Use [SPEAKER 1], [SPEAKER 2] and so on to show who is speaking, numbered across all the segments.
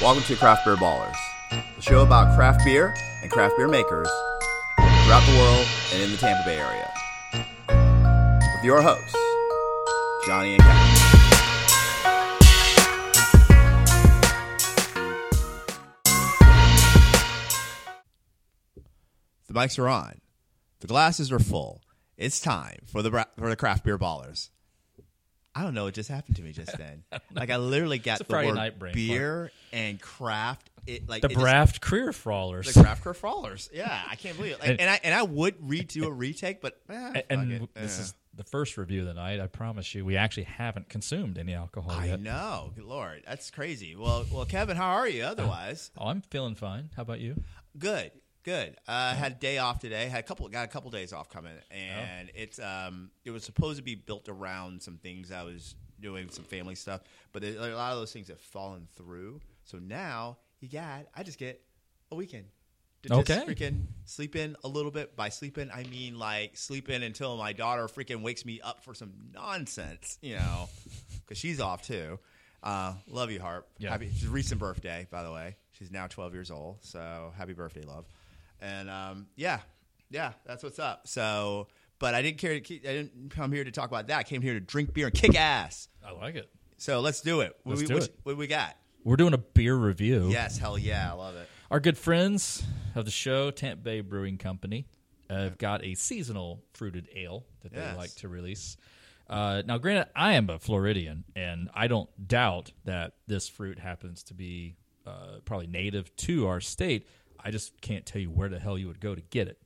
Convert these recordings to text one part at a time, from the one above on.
[SPEAKER 1] Welcome to Craft Beer Ballers, the show about craft beer and craft beer makers throughout the world and in the Tampa Bay area. With your hosts, Johnny and Kevin. The mics are on. The glasses are full. It's time for the bra- for the craft beer ballers. I don't know what just happened to me just then. like I literally got
[SPEAKER 2] It's a
[SPEAKER 1] the
[SPEAKER 2] Friday
[SPEAKER 1] word
[SPEAKER 2] night brain
[SPEAKER 1] beer and craft. It like
[SPEAKER 2] The
[SPEAKER 1] it just-
[SPEAKER 2] Braft Career Frawlers.
[SPEAKER 1] the craft craft frawlers. Yeah, I can't believe it. Like, and,
[SPEAKER 2] And-
[SPEAKER 1] I and I would redo a retake, but eh,
[SPEAKER 2] A- and
[SPEAKER 1] fuck
[SPEAKER 2] w-
[SPEAKER 1] it.
[SPEAKER 2] this
[SPEAKER 1] Eh.
[SPEAKER 2] is the first review of the night. I promise you, we actually haven't consumed any alcohol
[SPEAKER 1] I
[SPEAKER 2] yet.
[SPEAKER 1] know. Good lord, that's crazy. Well, well, Kevin, how are you? Otherwise,
[SPEAKER 2] Oh, I'm feeling fine. How about you?
[SPEAKER 1] good, good. Uh, had a day off today. Had a couple, got a couple days off coming,
[SPEAKER 2] Oh.
[SPEAKER 1] and it's um, it was supposed to be built around some things I was doing, some family stuff, but there, a lot of those things have fallen through. So now you got, I just get a weekend. To just
[SPEAKER 2] Okay.
[SPEAKER 1] freaking sleep in a little bit. By sleep in, I mean like sleep in until my daughter freaking wakes me up for some nonsense, you know, because she's off too. Uh, love you, Harp.
[SPEAKER 2] Yeah.
[SPEAKER 1] Happy, she's recent birthday, by the way. She's now 12 years old. So happy birthday, love. And um, yeah, yeah, that's what's up. So, but I didn't care to keep, I didn't come here to talk about that. I came here to drink beer and kick ass.
[SPEAKER 2] I like it.
[SPEAKER 1] So let's do it. What
[SPEAKER 2] Let's
[SPEAKER 1] we,
[SPEAKER 2] do
[SPEAKER 1] what,
[SPEAKER 2] it.
[SPEAKER 1] What we got?
[SPEAKER 2] We're doing a beer review.
[SPEAKER 1] Yes, hell yeah, I love it.
[SPEAKER 2] Our good friends of the show, Tampa Bay Brewing Company, uh, have got a seasonal fruited ale that they
[SPEAKER 1] Yes.
[SPEAKER 2] like to release. Uh, now, granted, I am a Floridian, and I don't doubt that this fruit happens to be uh, probably native to our state. I just can't tell you where the hell you would go to get it.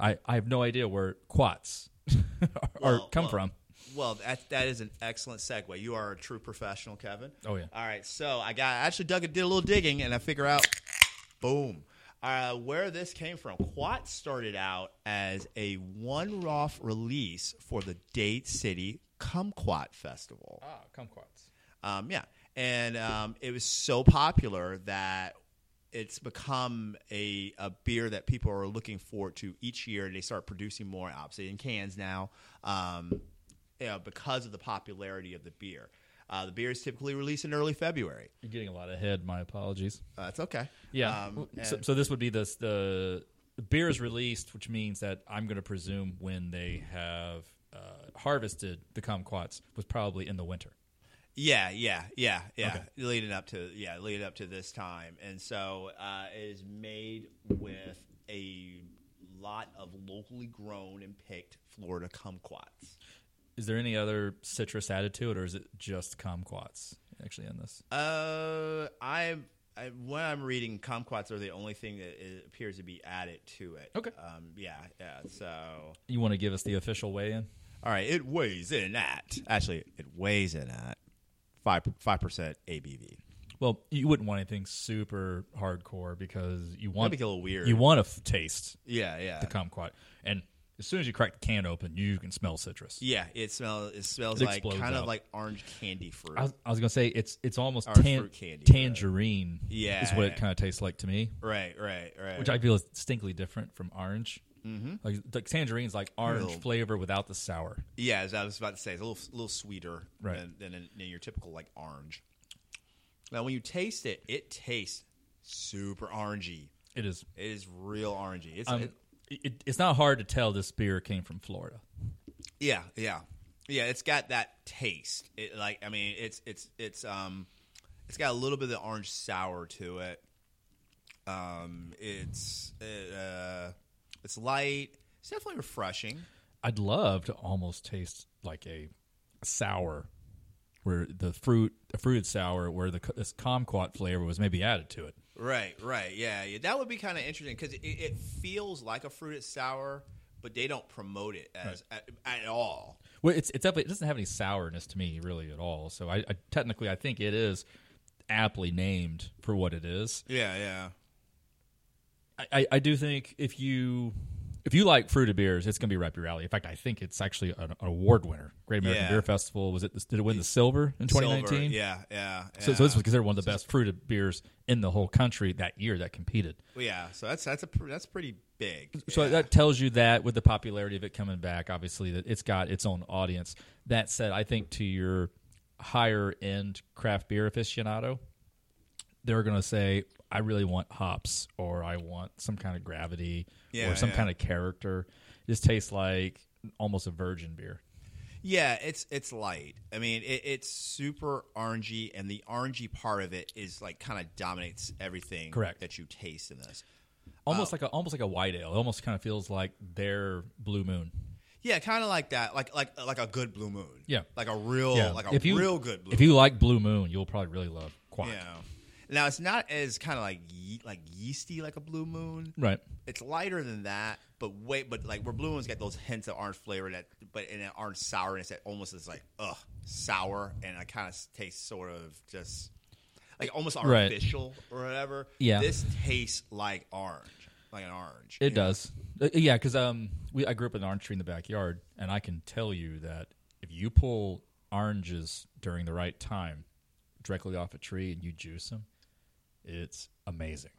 [SPEAKER 2] I, I have no idea where quats are,
[SPEAKER 1] Well,
[SPEAKER 2] come
[SPEAKER 1] well,
[SPEAKER 2] from.
[SPEAKER 1] Well, that that is an excellent segue. You are a true professional, Kevin.
[SPEAKER 2] Oh, yeah.
[SPEAKER 1] All right, so I got I actually dug a did a little digging and I figure out, boom, uh, where this came from. Quat started out as a one off release for the Date City Kumquat Festival.
[SPEAKER 2] Ah, kumquats.
[SPEAKER 1] Um, yeah, and um, it was so popular that it's become a, a beer that people are looking forward to each year. They start producing more, obviously, in cans now, um, you know, because of the popularity of the beer. Uh, the beer is typically released in early February.
[SPEAKER 2] You're getting a lot ahead. My apologies.
[SPEAKER 1] Uh, that's okay.
[SPEAKER 2] Yeah.
[SPEAKER 1] Um,
[SPEAKER 2] so,
[SPEAKER 1] and-
[SPEAKER 2] so this would be this the the beer is released, which means that I'm going to presume when they have uh, harvested the kumquats was probably in the winter.
[SPEAKER 1] Yeah, yeah, yeah, yeah. Leading up to yeah, leading up to this time, and so uh, it is made with a lot of locally grown and picked Florida kumquats.
[SPEAKER 2] Is there any other citrus added to it, or is it just kumquats actually in this?
[SPEAKER 1] Uh, I, I when I'm reading, kumquats are the only thing that i appears to be added to it.
[SPEAKER 2] Okay.
[SPEAKER 1] Um. Yeah. Yeah. So.
[SPEAKER 2] You want to give us the official weigh in?
[SPEAKER 1] All right. It weighs in at actually it weighs in at five five percent ABV.
[SPEAKER 2] Well, you wouldn't want anything super hardcore because you want
[SPEAKER 1] That'd be a little weird.
[SPEAKER 2] you want a f- taste
[SPEAKER 1] Yeah. Yeah.
[SPEAKER 2] the kumquat, and as soon as you crack the can open, you can smell citrus.
[SPEAKER 1] yeah. It smells. It smells
[SPEAKER 2] It
[SPEAKER 1] like
[SPEAKER 2] explodes
[SPEAKER 1] kind of
[SPEAKER 2] out.
[SPEAKER 1] like orange candy fruit.
[SPEAKER 2] I was, I was gonna say it's it's almost
[SPEAKER 1] Or
[SPEAKER 2] tan-
[SPEAKER 1] fruit candy, but-
[SPEAKER 2] tangerine.
[SPEAKER 1] Yeah,
[SPEAKER 2] is what
[SPEAKER 1] yeah.
[SPEAKER 2] it kind of tastes like to me,
[SPEAKER 1] right. Right. Right.
[SPEAKER 2] which I feel is distinctly different from orange. Mm-hmm. Like, like tangerine's like orange
[SPEAKER 1] Little-
[SPEAKER 2] flavor without the sour.
[SPEAKER 1] yeah. As I was about to say, it's a little little sweeter
[SPEAKER 2] Right.
[SPEAKER 1] than than, than your typical like orange. Now, when you taste it, it tastes super orangey.
[SPEAKER 2] It is.
[SPEAKER 1] It is real orangey. It's
[SPEAKER 2] Um,
[SPEAKER 1] it-
[SPEAKER 2] it, it's not hard to tell this beer came from Florida.
[SPEAKER 1] yeah, yeah, yeah. It's got that taste. It like I mean, it's it's it's um, it's got a little bit of the orange sour to it. Um, it's it, uh, it's light. It's definitely refreshing.
[SPEAKER 2] I'd love to almost taste like a sour, where the fruit, the fruited sour, where the c- this kumquat flavor was maybe added to it.
[SPEAKER 1] Right, right, yeah, yeah. That would be kind of interesting because it, it feels like a fruited sour, but they don't promote it as at, at all.
[SPEAKER 2] Well, it's it's definitely it doesn't have any sourness to me really at all. So I, I technically I think it is aptly named for what it is.
[SPEAKER 1] Yeah, yeah.
[SPEAKER 2] I, I, I do think if you if you like fruited beers, it's gonna be right up your alley. In fact, I think it's actually an, an award winner. Great American
[SPEAKER 1] Yeah.
[SPEAKER 2] Beer Festival was it? Did it win the silver in 2019?
[SPEAKER 1] Silver, yeah, yeah.
[SPEAKER 2] So, so this
[SPEAKER 1] yeah.
[SPEAKER 2] was considered one of the best fruited beers in the whole country that year that competed.
[SPEAKER 1] yeah. So that's that's a pr- that's pretty big.
[SPEAKER 2] So
[SPEAKER 1] yeah.
[SPEAKER 2] that tells you that with the popularity of it coming back, obviously that it's got its own audience. That said, I think to your higher end craft beer aficionado, they're going to say, I really want hops or I want some kind of gravity
[SPEAKER 1] Yeah,
[SPEAKER 2] or some
[SPEAKER 1] yeah.
[SPEAKER 2] kind of character. This tastes like almost a virgin beer.
[SPEAKER 1] Yeah, it's it's light. I mean, it, it's super orangey, and the orangey part of it is like kind of dominates everything.
[SPEAKER 2] Correct.
[SPEAKER 1] That you taste in this. Oh.
[SPEAKER 2] Almost like a almost like a white ale. It almost kind of feels like their blue moon.
[SPEAKER 1] Yeah, kind of like that, like like like a good blue moon.
[SPEAKER 2] Yeah.
[SPEAKER 1] like a real like a
[SPEAKER 2] if you,
[SPEAKER 1] real good blue.
[SPEAKER 2] If you like blue moon, you'll probably really love quack.
[SPEAKER 1] moon. Yeah. Now it's not as kind of like ye- like yeasty like a blue moon.
[SPEAKER 2] Right.
[SPEAKER 1] It's lighter than that, but wait, but like where blue moon's got those hints of orange flavor that, but in an orange sourness that almost is like ugh sour, and I kind of taste sort of just like almost
[SPEAKER 2] Right.
[SPEAKER 1] artificial or whatever.
[SPEAKER 2] Yeah.
[SPEAKER 1] this tastes like orange, like an orange.
[SPEAKER 2] It does. Uh, yeah, because um, we I grew up with an orange tree in the backyard, and I can tell you that if you pull oranges during the right time, directly off a tree, and you juice them, it's amazing.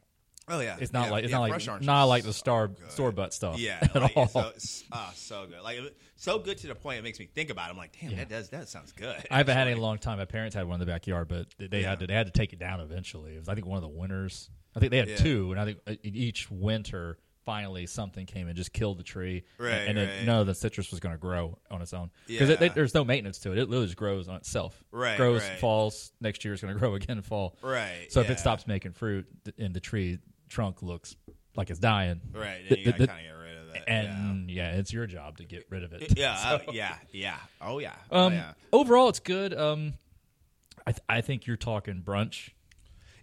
[SPEAKER 1] Oh yeah,
[SPEAKER 2] It's not
[SPEAKER 1] Yeah,
[SPEAKER 2] like it's
[SPEAKER 1] yeah,
[SPEAKER 2] not
[SPEAKER 1] fresh
[SPEAKER 2] like
[SPEAKER 1] orange
[SPEAKER 2] not
[SPEAKER 1] is
[SPEAKER 2] like the
[SPEAKER 1] so
[SPEAKER 2] star
[SPEAKER 1] good.
[SPEAKER 2] store bought stuff.
[SPEAKER 1] Yeah,
[SPEAKER 2] at
[SPEAKER 1] like,
[SPEAKER 2] all.
[SPEAKER 1] it's So, it's- ah, so good. Like it- so good to the point it makes me think about. it. I'm like, damn, that does that sounds good.
[SPEAKER 2] I haven't had it in a long time. My parents had one in the backyard, but they- they had
[SPEAKER 1] Yeah.
[SPEAKER 2] to they had to take it down eventually. It was I think one of the winters. I think they had
[SPEAKER 1] Yeah.
[SPEAKER 2] two, and I think uh, each winter finally something came and just killed the tree, and-
[SPEAKER 1] Right,
[SPEAKER 2] and, then
[SPEAKER 1] right.
[SPEAKER 2] none of the citrus was going to grow on its own because
[SPEAKER 1] Yeah.
[SPEAKER 2] there's no maintenance to it. It literally just grows on itself.
[SPEAKER 1] Right,
[SPEAKER 2] grows
[SPEAKER 1] right.
[SPEAKER 2] falls next year is going to grow again fall.
[SPEAKER 1] Right,
[SPEAKER 2] So if
[SPEAKER 1] yeah.
[SPEAKER 2] it stops making fruit th- and the tree trunk looks like it's dying,
[SPEAKER 1] right, and
[SPEAKER 2] th-
[SPEAKER 1] you
[SPEAKER 2] th-
[SPEAKER 1] gotta
[SPEAKER 2] th-
[SPEAKER 1] kind of get rid of that.
[SPEAKER 2] and yeah. it's your job to get rid of it.
[SPEAKER 1] yeah, yeah,
[SPEAKER 2] So-
[SPEAKER 1] oh, yeah, yeah. Oh yeah, oh
[SPEAKER 2] um,
[SPEAKER 1] yeah.
[SPEAKER 2] Overall, it's good. Um, I, th- I think you're talking brunch,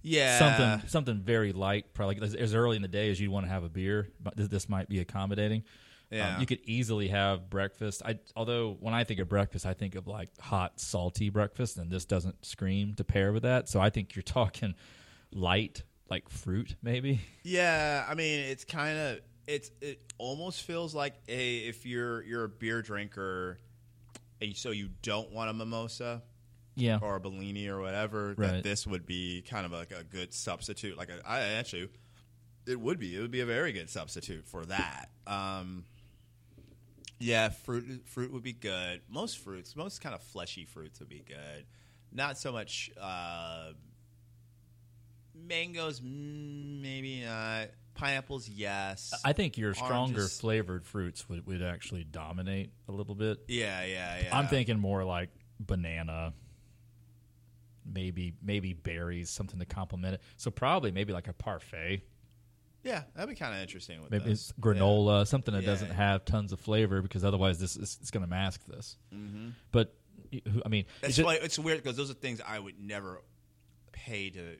[SPEAKER 1] Yeah,
[SPEAKER 2] something something very light. Probably as, as early in the day as you'd want to have a beer, but this, this might be accommodating. Um,
[SPEAKER 1] Yeah.
[SPEAKER 2] you could easily have breakfast. I although when I think of breakfast, I think of like hot, salty breakfast, and this doesn't scream to pair with that. So I think you're talking light, like fruit, maybe.
[SPEAKER 1] Yeah, I mean, it's kind of it's it almost feels like a if you're you're a beer drinker, and so you don't want a mimosa.
[SPEAKER 2] Yeah,
[SPEAKER 1] or a Bellini or whatever,
[SPEAKER 2] Right.
[SPEAKER 1] that this would be kind of like a good substitute. Like a, I actually, it would be. It would be a very good substitute for that. Um, yeah, fruit fruit would be good. Most fruits, most kind of fleshy fruits would be good. Not so much uh, mangoes, mm, maybe not. Pineapples, yes.
[SPEAKER 2] I think your stronger
[SPEAKER 1] Oranges.
[SPEAKER 2] flavored fruits would, would actually dominate a little bit.
[SPEAKER 1] yeah, yeah, yeah.
[SPEAKER 2] I'm thinking more like banana, maybe maybe berries, something to complement it. So probably maybe like a parfait,
[SPEAKER 1] Yeah, that'd be kind of interesting. With
[SPEAKER 2] maybe
[SPEAKER 1] this.
[SPEAKER 2] it's granola, something that
[SPEAKER 1] Yeah,
[SPEAKER 2] doesn't
[SPEAKER 1] yeah.
[SPEAKER 2] have tons of flavor because otherwise this is, it's going to mask this. But y- who- I mean,
[SPEAKER 1] Mm-hmm. That's
[SPEAKER 2] it's ju-
[SPEAKER 1] why it's weird because those are things I would never pay to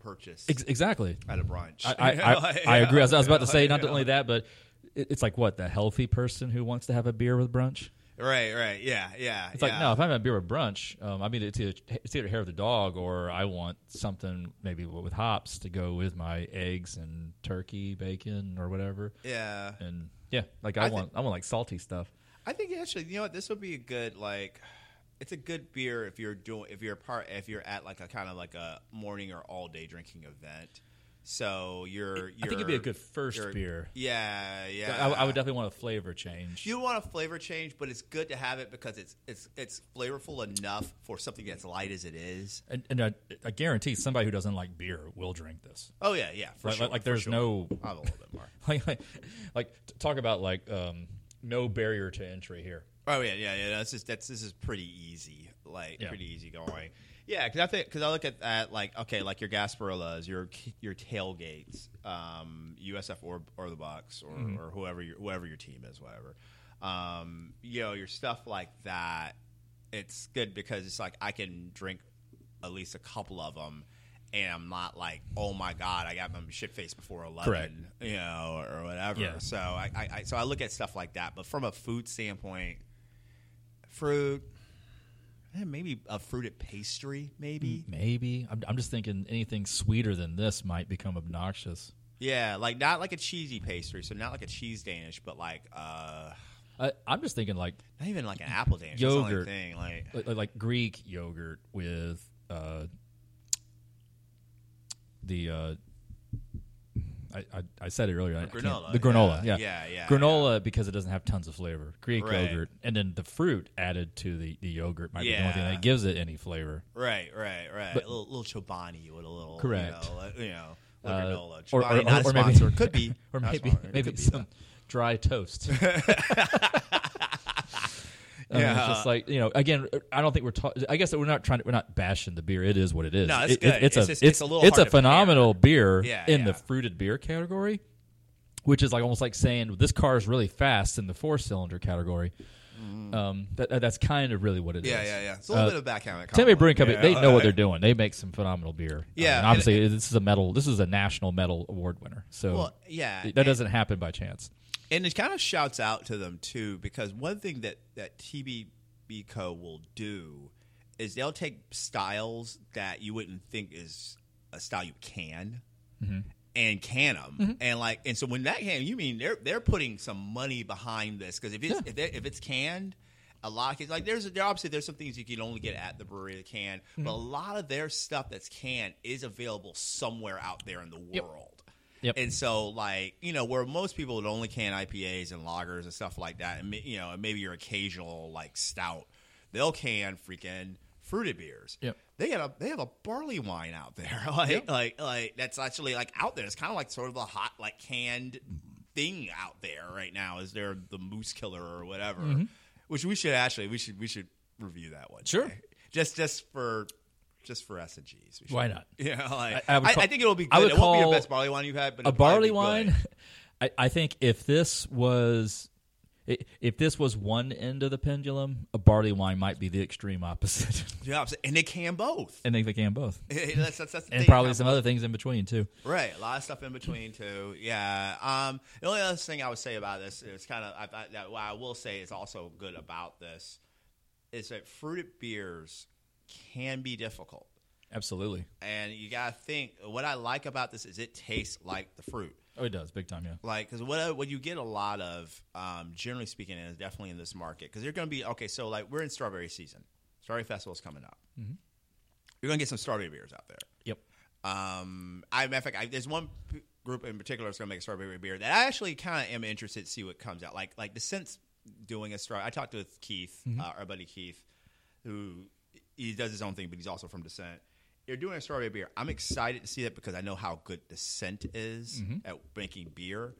[SPEAKER 1] purchase
[SPEAKER 2] ex- exactly.
[SPEAKER 1] at a brunch.
[SPEAKER 2] I, I, I, I agree. I was, I was about to say not only that, but it- it's like what the healthy person who wants to have a beer with brunch.
[SPEAKER 1] Right, right, yeah, yeah.
[SPEAKER 2] It's like no, if I'm having a beer with brunch, um, I mean it's either, it's either hair of the dog or I want something maybe with hops to go with my eggs and turkey, bacon or whatever.
[SPEAKER 1] yeah.
[SPEAKER 2] And yeah, like I,
[SPEAKER 1] I thi-
[SPEAKER 2] want I want like salty stuff.
[SPEAKER 1] I think actually, you know what? This would be a good like. It's a good beer if you're doing if you're part if you're at like a kind of like a morning or all day drinking event. So you're. you're
[SPEAKER 2] I think it'd be a good first
[SPEAKER 1] you're-
[SPEAKER 2] beer.
[SPEAKER 1] Yeah, yeah.
[SPEAKER 2] I, I would definitely want a flavor change.
[SPEAKER 1] you want a flavor change, but it's good to have it because it's it's it's flavorful enough for something that's light as it is.
[SPEAKER 2] and and I, I guarantee somebody who doesn't like beer will drink this.
[SPEAKER 1] Oh yeah, yeah. For
[SPEAKER 2] Like,
[SPEAKER 1] sure,
[SPEAKER 2] like, like
[SPEAKER 1] for
[SPEAKER 2] there's
[SPEAKER 1] sure.
[SPEAKER 2] no
[SPEAKER 1] I have a little bit more.
[SPEAKER 2] like, like like t- talk about like um, no barrier to entry here.
[SPEAKER 1] Oh yeah, yeah, yeah. That's just that's this is pretty easy, like
[SPEAKER 2] Yeah.
[SPEAKER 1] pretty easy going. Yeah, because I think because I look at that like okay, like your Gasparillas, your your tailgates, um, USF or or the Bucks or,
[SPEAKER 2] Mm-hmm.
[SPEAKER 1] or whoever your whoever your team is, whatever. Um, you know your stuff like that. It's good because it's like I can drink at least a couple of them, and I'm not like oh my god, I got my shit faced before eleven,
[SPEAKER 2] Correct.
[SPEAKER 1] you know, or whatever.
[SPEAKER 2] Yeah.
[SPEAKER 1] So I, I, I so I look at stuff like that, but from a food standpoint fruit. eh, Maybe a fruited pastry, maybe.
[SPEAKER 2] Mm. Maybe I'm, I'm just thinking anything sweeter than this might become obnoxious.
[SPEAKER 1] Yeah, like not like a cheesy pastry, so not like a cheese Danish, but like uh,
[SPEAKER 2] I, I'm just thinking like
[SPEAKER 1] not even like an apple Danish. That's the only
[SPEAKER 2] Yogurt.
[SPEAKER 1] thing. Like
[SPEAKER 2] like, like Greek yogurt with uh, the uh, I, I, I said it earlier. I can't-
[SPEAKER 1] granola,
[SPEAKER 2] the granola,
[SPEAKER 1] yeah,
[SPEAKER 2] yeah,
[SPEAKER 1] yeah, yeah,
[SPEAKER 2] granola because it doesn't have tons of flavor. Greek
[SPEAKER 1] Right.
[SPEAKER 2] yogurt, and then the fruit added to the, the yogurt might be the only thing
[SPEAKER 1] Yeah.
[SPEAKER 2] that gives it any flavor.
[SPEAKER 1] Right, right, right. a little, little Chobani with a little,
[SPEAKER 2] Correct.
[SPEAKER 1] You know, like, you know
[SPEAKER 2] Uh,
[SPEAKER 1] little granola.
[SPEAKER 2] or- or-
[SPEAKER 1] Chobani,
[SPEAKER 2] or-
[SPEAKER 1] not a
[SPEAKER 2] or maybe-
[SPEAKER 1] sponsor. could be,
[SPEAKER 2] Or
[SPEAKER 1] Not a
[SPEAKER 2] maybe
[SPEAKER 1] sponsor. It
[SPEAKER 2] maybe
[SPEAKER 1] could be,
[SPEAKER 2] some
[SPEAKER 1] though.
[SPEAKER 2] dry toast. yeah,
[SPEAKER 1] Yeah.
[SPEAKER 2] just like you know. Again, I don't think we're. Ta- I guess that we're not trying. To, we're not bashing the beer. It is what it is.
[SPEAKER 1] No, it's
[SPEAKER 2] It-
[SPEAKER 1] good.
[SPEAKER 2] it-
[SPEAKER 1] It's
[SPEAKER 2] it's, a
[SPEAKER 1] just-
[SPEAKER 2] it's,
[SPEAKER 1] it's a little
[SPEAKER 2] it's
[SPEAKER 1] hard to
[SPEAKER 2] a
[SPEAKER 1] compare.
[SPEAKER 2] phenomenal beer
[SPEAKER 1] Yeah,
[SPEAKER 2] in the
[SPEAKER 1] yeah.
[SPEAKER 2] fruited beer category, which is like almost like saying this car is really fast in the four cylinder category. Um, that, that's kind of really what it is.
[SPEAKER 1] Mm. Yeah, yeah, yeah. It's a little bit of backgammon.
[SPEAKER 2] Tempe
[SPEAKER 1] compliment.
[SPEAKER 2] Uh, Brewing Company,
[SPEAKER 1] Yeah. Uh,
[SPEAKER 2] they know what they're doing. They make some phenomenal beer.
[SPEAKER 1] Yeah,
[SPEAKER 2] I mean,
[SPEAKER 1] and-
[SPEAKER 2] obviously, this is a medal. This is a national medal award winner. So
[SPEAKER 1] Well, yeah,
[SPEAKER 2] that
[SPEAKER 1] and-
[SPEAKER 2] doesn't happen by chance.
[SPEAKER 1] and it kind of shouts out to them too because one thing that that TBB Co will do is they'll take styles that you wouldn't think is a style you can and can them
[SPEAKER 2] Mm-hmm.
[SPEAKER 1] and like and so when that can you mean they're they're putting some money behind this because if it's if, they're- if it's canned a lot of kids like there's there obviously there's some things you can only get at the brewery that can
[SPEAKER 2] Mm-hmm.
[SPEAKER 1] but a lot of their stuff that's canned is available somewhere out there in the world.
[SPEAKER 2] Yep.
[SPEAKER 1] And so, like, you know, where most people would only can IPAs and lagers and stuff like that, and, ma- you know, and maybe your occasional, like, stout, they'll can freaking fruited beers.
[SPEAKER 2] Yep.
[SPEAKER 1] They got a they have a barley wine out there, like like like that's actually like out there. It's kind of like sort of the hot like canned thing out there right now. Is there the Moose Killer or whatever? Which we should actually we should we should review that one.
[SPEAKER 2] Mm-hmm. Sure.
[SPEAKER 1] day. Just just for just for S and G's. We should-
[SPEAKER 2] Why not?
[SPEAKER 1] Yeah, like, I,
[SPEAKER 2] I- I would
[SPEAKER 1] I,
[SPEAKER 2] call-
[SPEAKER 1] think it'll be good.
[SPEAKER 2] I would
[SPEAKER 1] it won't be
[SPEAKER 2] call
[SPEAKER 1] your best barley wine you've had, but
[SPEAKER 2] a
[SPEAKER 1] it'll probably
[SPEAKER 2] barley
[SPEAKER 1] be good.
[SPEAKER 2] wine. I, I think if this was i- if this was one end of the pendulum, a barley wine might be the extreme opposite,
[SPEAKER 1] Yeah, I'm saying- and they can both.
[SPEAKER 2] and they, they can both,
[SPEAKER 1] that's, that's, that's the
[SPEAKER 2] and
[SPEAKER 1] thing,
[SPEAKER 2] probably
[SPEAKER 1] kind
[SPEAKER 2] some other things in between too.
[SPEAKER 1] of- right. A lot of stuff in between too. Yeah. Um, the only other thing I would say about this is kind of I, I, that what I will say is also good about this is that fruited beers can be difficult.
[SPEAKER 2] Absolutely.
[SPEAKER 1] and you gotta think what i like about this is it tastes like the fruit
[SPEAKER 2] Oh, it does big time. Yeah.
[SPEAKER 1] like because what, what you get a lot of um, generally speaking and definitely in this market because you're gonna be okay so like we're in strawberry season strawberry festival is coming up you're gonna get some strawberry beers out there
[SPEAKER 2] Yep.
[SPEAKER 1] um, I matter of fact, I, there's one p- group in particular that's going to make a strawberry beer that I actually kind of am interested to see what comes out. Like like the sense doing a straw. I talked with Keith, uh, our buddy Keith, who he does his own thing, but he's also from Descent. You're doing a strawberry beer. I'm excited to see that because I know how good Descent is at making beer.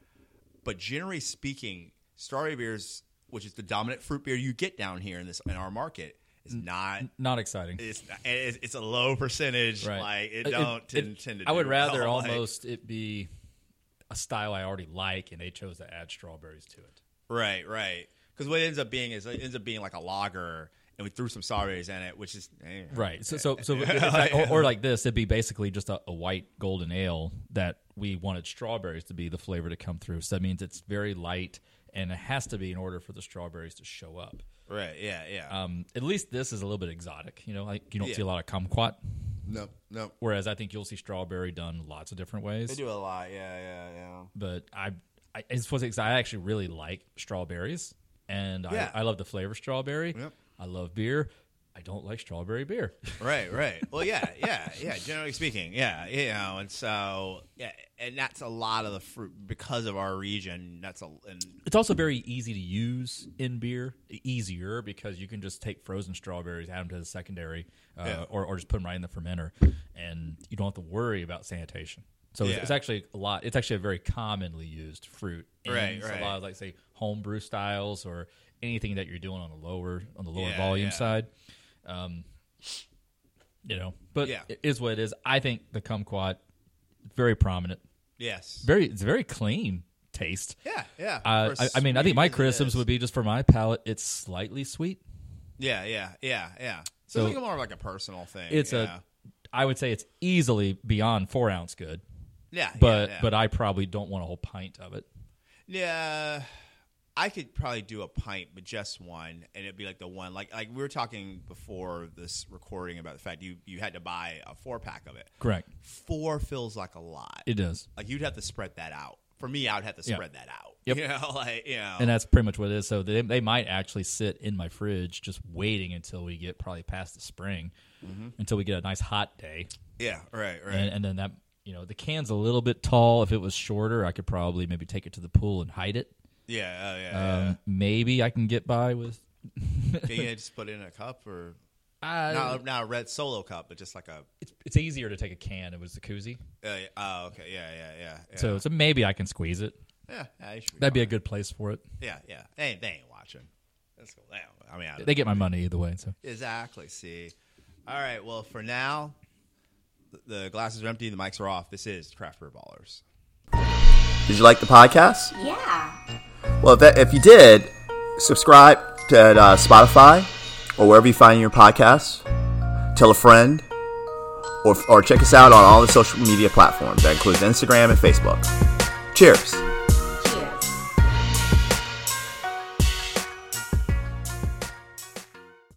[SPEAKER 1] But generally speaking, strawberry beers, which is the dominant fruit beer you get down here in this in our market, is not.
[SPEAKER 2] Not exciting.
[SPEAKER 1] It's, it's it's a low percentage.
[SPEAKER 2] Right.
[SPEAKER 1] Like it
[SPEAKER 2] Uh,
[SPEAKER 1] don't
[SPEAKER 2] it-
[SPEAKER 1] tend,
[SPEAKER 2] it-
[SPEAKER 1] tend to.
[SPEAKER 2] I would
[SPEAKER 1] do well.
[SPEAKER 2] rather
[SPEAKER 1] Like,
[SPEAKER 2] almost it be a style I already like, and they chose to add strawberries to it.
[SPEAKER 1] right, right. Because what it ends up being is it ends up being like a lager, and we threw some strawberries in it, which is eh.
[SPEAKER 2] Right. So, so, so in fact, or, or like this, it'd be basically just a, a white golden ale that we wanted strawberries to be the flavor to come through. So that means it's very light, and it has to be in order for the strawberries to show up.
[SPEAKER 1] right, yeah, yeah.
[SPEAKER 2] Um, at least this is a little bit exotic. You know, like you don't
[SPEAKER 1] Yeah.
[SPEAKER 2] see a lot of kumquat,
[SPEAKER 1] no, no.
[SPEAKER 2] whereas I think you'll see strawberry done lots of different ways.
[SPEAKER 1] They do a lot. Yeah, yeah, yeah.
[SPEAKER 2] but I, I it's funny 'cause I actually really like strawberries, and
[SPEAKER 1] Yeah.
[SPEAKER 2] I, I love the flavor of strawberry.
[SPEAKER 1] Yep.
[SPEAKER 2] I love beer. I don't like strawberry beer.
[SPEAKER 1] Right, right. Well, yeah, yeah, yeah. Generally speaking, yeah, you know, and so yeah, and that's a lot of the fruit because of our region. That's a and
[SPEAKER 2] It's also very easy to use in beer, easier because you can just take frozen strawberries, add them to the secondary, uh,
[SPEAKER 1] Yeah.
[SPEAKER 2] or, or just put them right in the fermenter, and you don't have to worry about sanitation. So it's,
[SPEAKER 1] Yeah.
[SPEAKER 2] it's actually a lot. It's actually a very commonly used fruit. in
[SPEAKER 1] Right,
[SPEAKER 2] A
[SPEAKER 1] right.
[SPEAKER 2] lot of like say homebrew styles or anything that you're doing on the lower on the lower
[SPEAKER 1] Yeah,
[SPEAKER 2] volume
[SPEAKER 1] yeah.
[SPEAKER 2] side. Um, you know, but
[SPEAKER 1] Yeah.
[SPEAKER 2] it is what it is. I think the kumquat very prominent,
[SPEAKER 1] yes,
[SPEAKER 2] very it's very clean taste.
[SPEAKER 1] yeah, yeah.
[SPEAKER 2] Uh,
[SPEAKER 1] For
[SPEAKER 2] I, I mean, I think my
[SPEAKER 1] sweet as it
[SPEAKER 2] criticisms
[SPEAKER 1] is.
[SPEAKER 2] would be just for my palate. It's slightly sweet.
[SPEAKER 1] Yeah, yeah, yeah, yeah. So,
[SPEAKER 2] So-
[SPEAKER 1] it's like more of like a personal thing.
[SPEAKER 2] It's
[SPEAKER 1] yeah.
[SPEAKER 2] a, I would say it's easily beyond four ounce good,
[SPEAKER 1] yeah,
[SPEAKER 2] but
[SPEAKER 1] yeah, yeah.
[SPEAKER 2] but I probably don't want a whole pint of it.
[SPEAKER 1] Yeah, I could probably do a pint, but just one, and it'd be like the one like like we were talking before this recording about the fact you you had to buy a four pack of it.
[SPEAKER 2] Correct.
[SPEAKER 1] Four feels like a lot.
[SPEAKER 2] It does,
[SPEAKER 1] like you'd have to spread that out. For me, I would have to
[SPEAKER 2] Yeah.
[SPEAKER 1] spread that out.
[SPEAKER 2] Yep.
[SPEAKER 1] You know, like you know,
[SPEAKER 2] and that's pretty much what it is. So they they might actually sit in my fridge, just waiting until we get probably past the spring, until we get a nice hot day,
[SPEAKER 1] yeah, Mm-hmm. right, right.
[SPEAKER 2] and, and then that You know, the can's a little bit tall. If it was shorter, I could probably maybe take it to the pool and hide it.
[SPEAKER 1] Yeah, oh, yeah,
[SPEAKER 2] Um,
[SPEAKER 1] yeah.
[SPEAKER 2] Maybe I can get by with.
[SPEAKER 1] Can you just put it in a cup or
[SPEAKER 2] Uh,
[SPEAKER 1] not, not a red solo cup, but just like a.
[SPEAKER 2] it's, it's easier to take a can. It was the koozie,
[SPEAKER 1] Uh, oh, okay, yeah, yeah, yeah. yeah.
[SPEAKER 2] so so maybe I can squeeze it.
[SPEAKER 1] yeah, yeah, you should
[SPEAKER 2] That'd be a
[SPEAKER 1] fine.
[SPEAKER 2] good place for it.
[SPEAKER 1] Yeah, yeah. They ain't, they ain't watching. Let's go down. I mean, I
[SPEAKER 2] They get my money either way. So
[SPEAKER 1] Exactly. See. All right. Well, for now, th- the glasses are empty. The mics are off. This is Craft Beer Ballers.
[SPEAKER 3] Did you like the podcast?
[SPEAKER 4] Yeah.
[SPEAKER 3] Well, if, that, if you did, subscribe to uh, Spotify or wherever you find your podcasts. Tell a friend, or, or check us out on all the social media platforms that includes Instagram and Facebook. Cheers.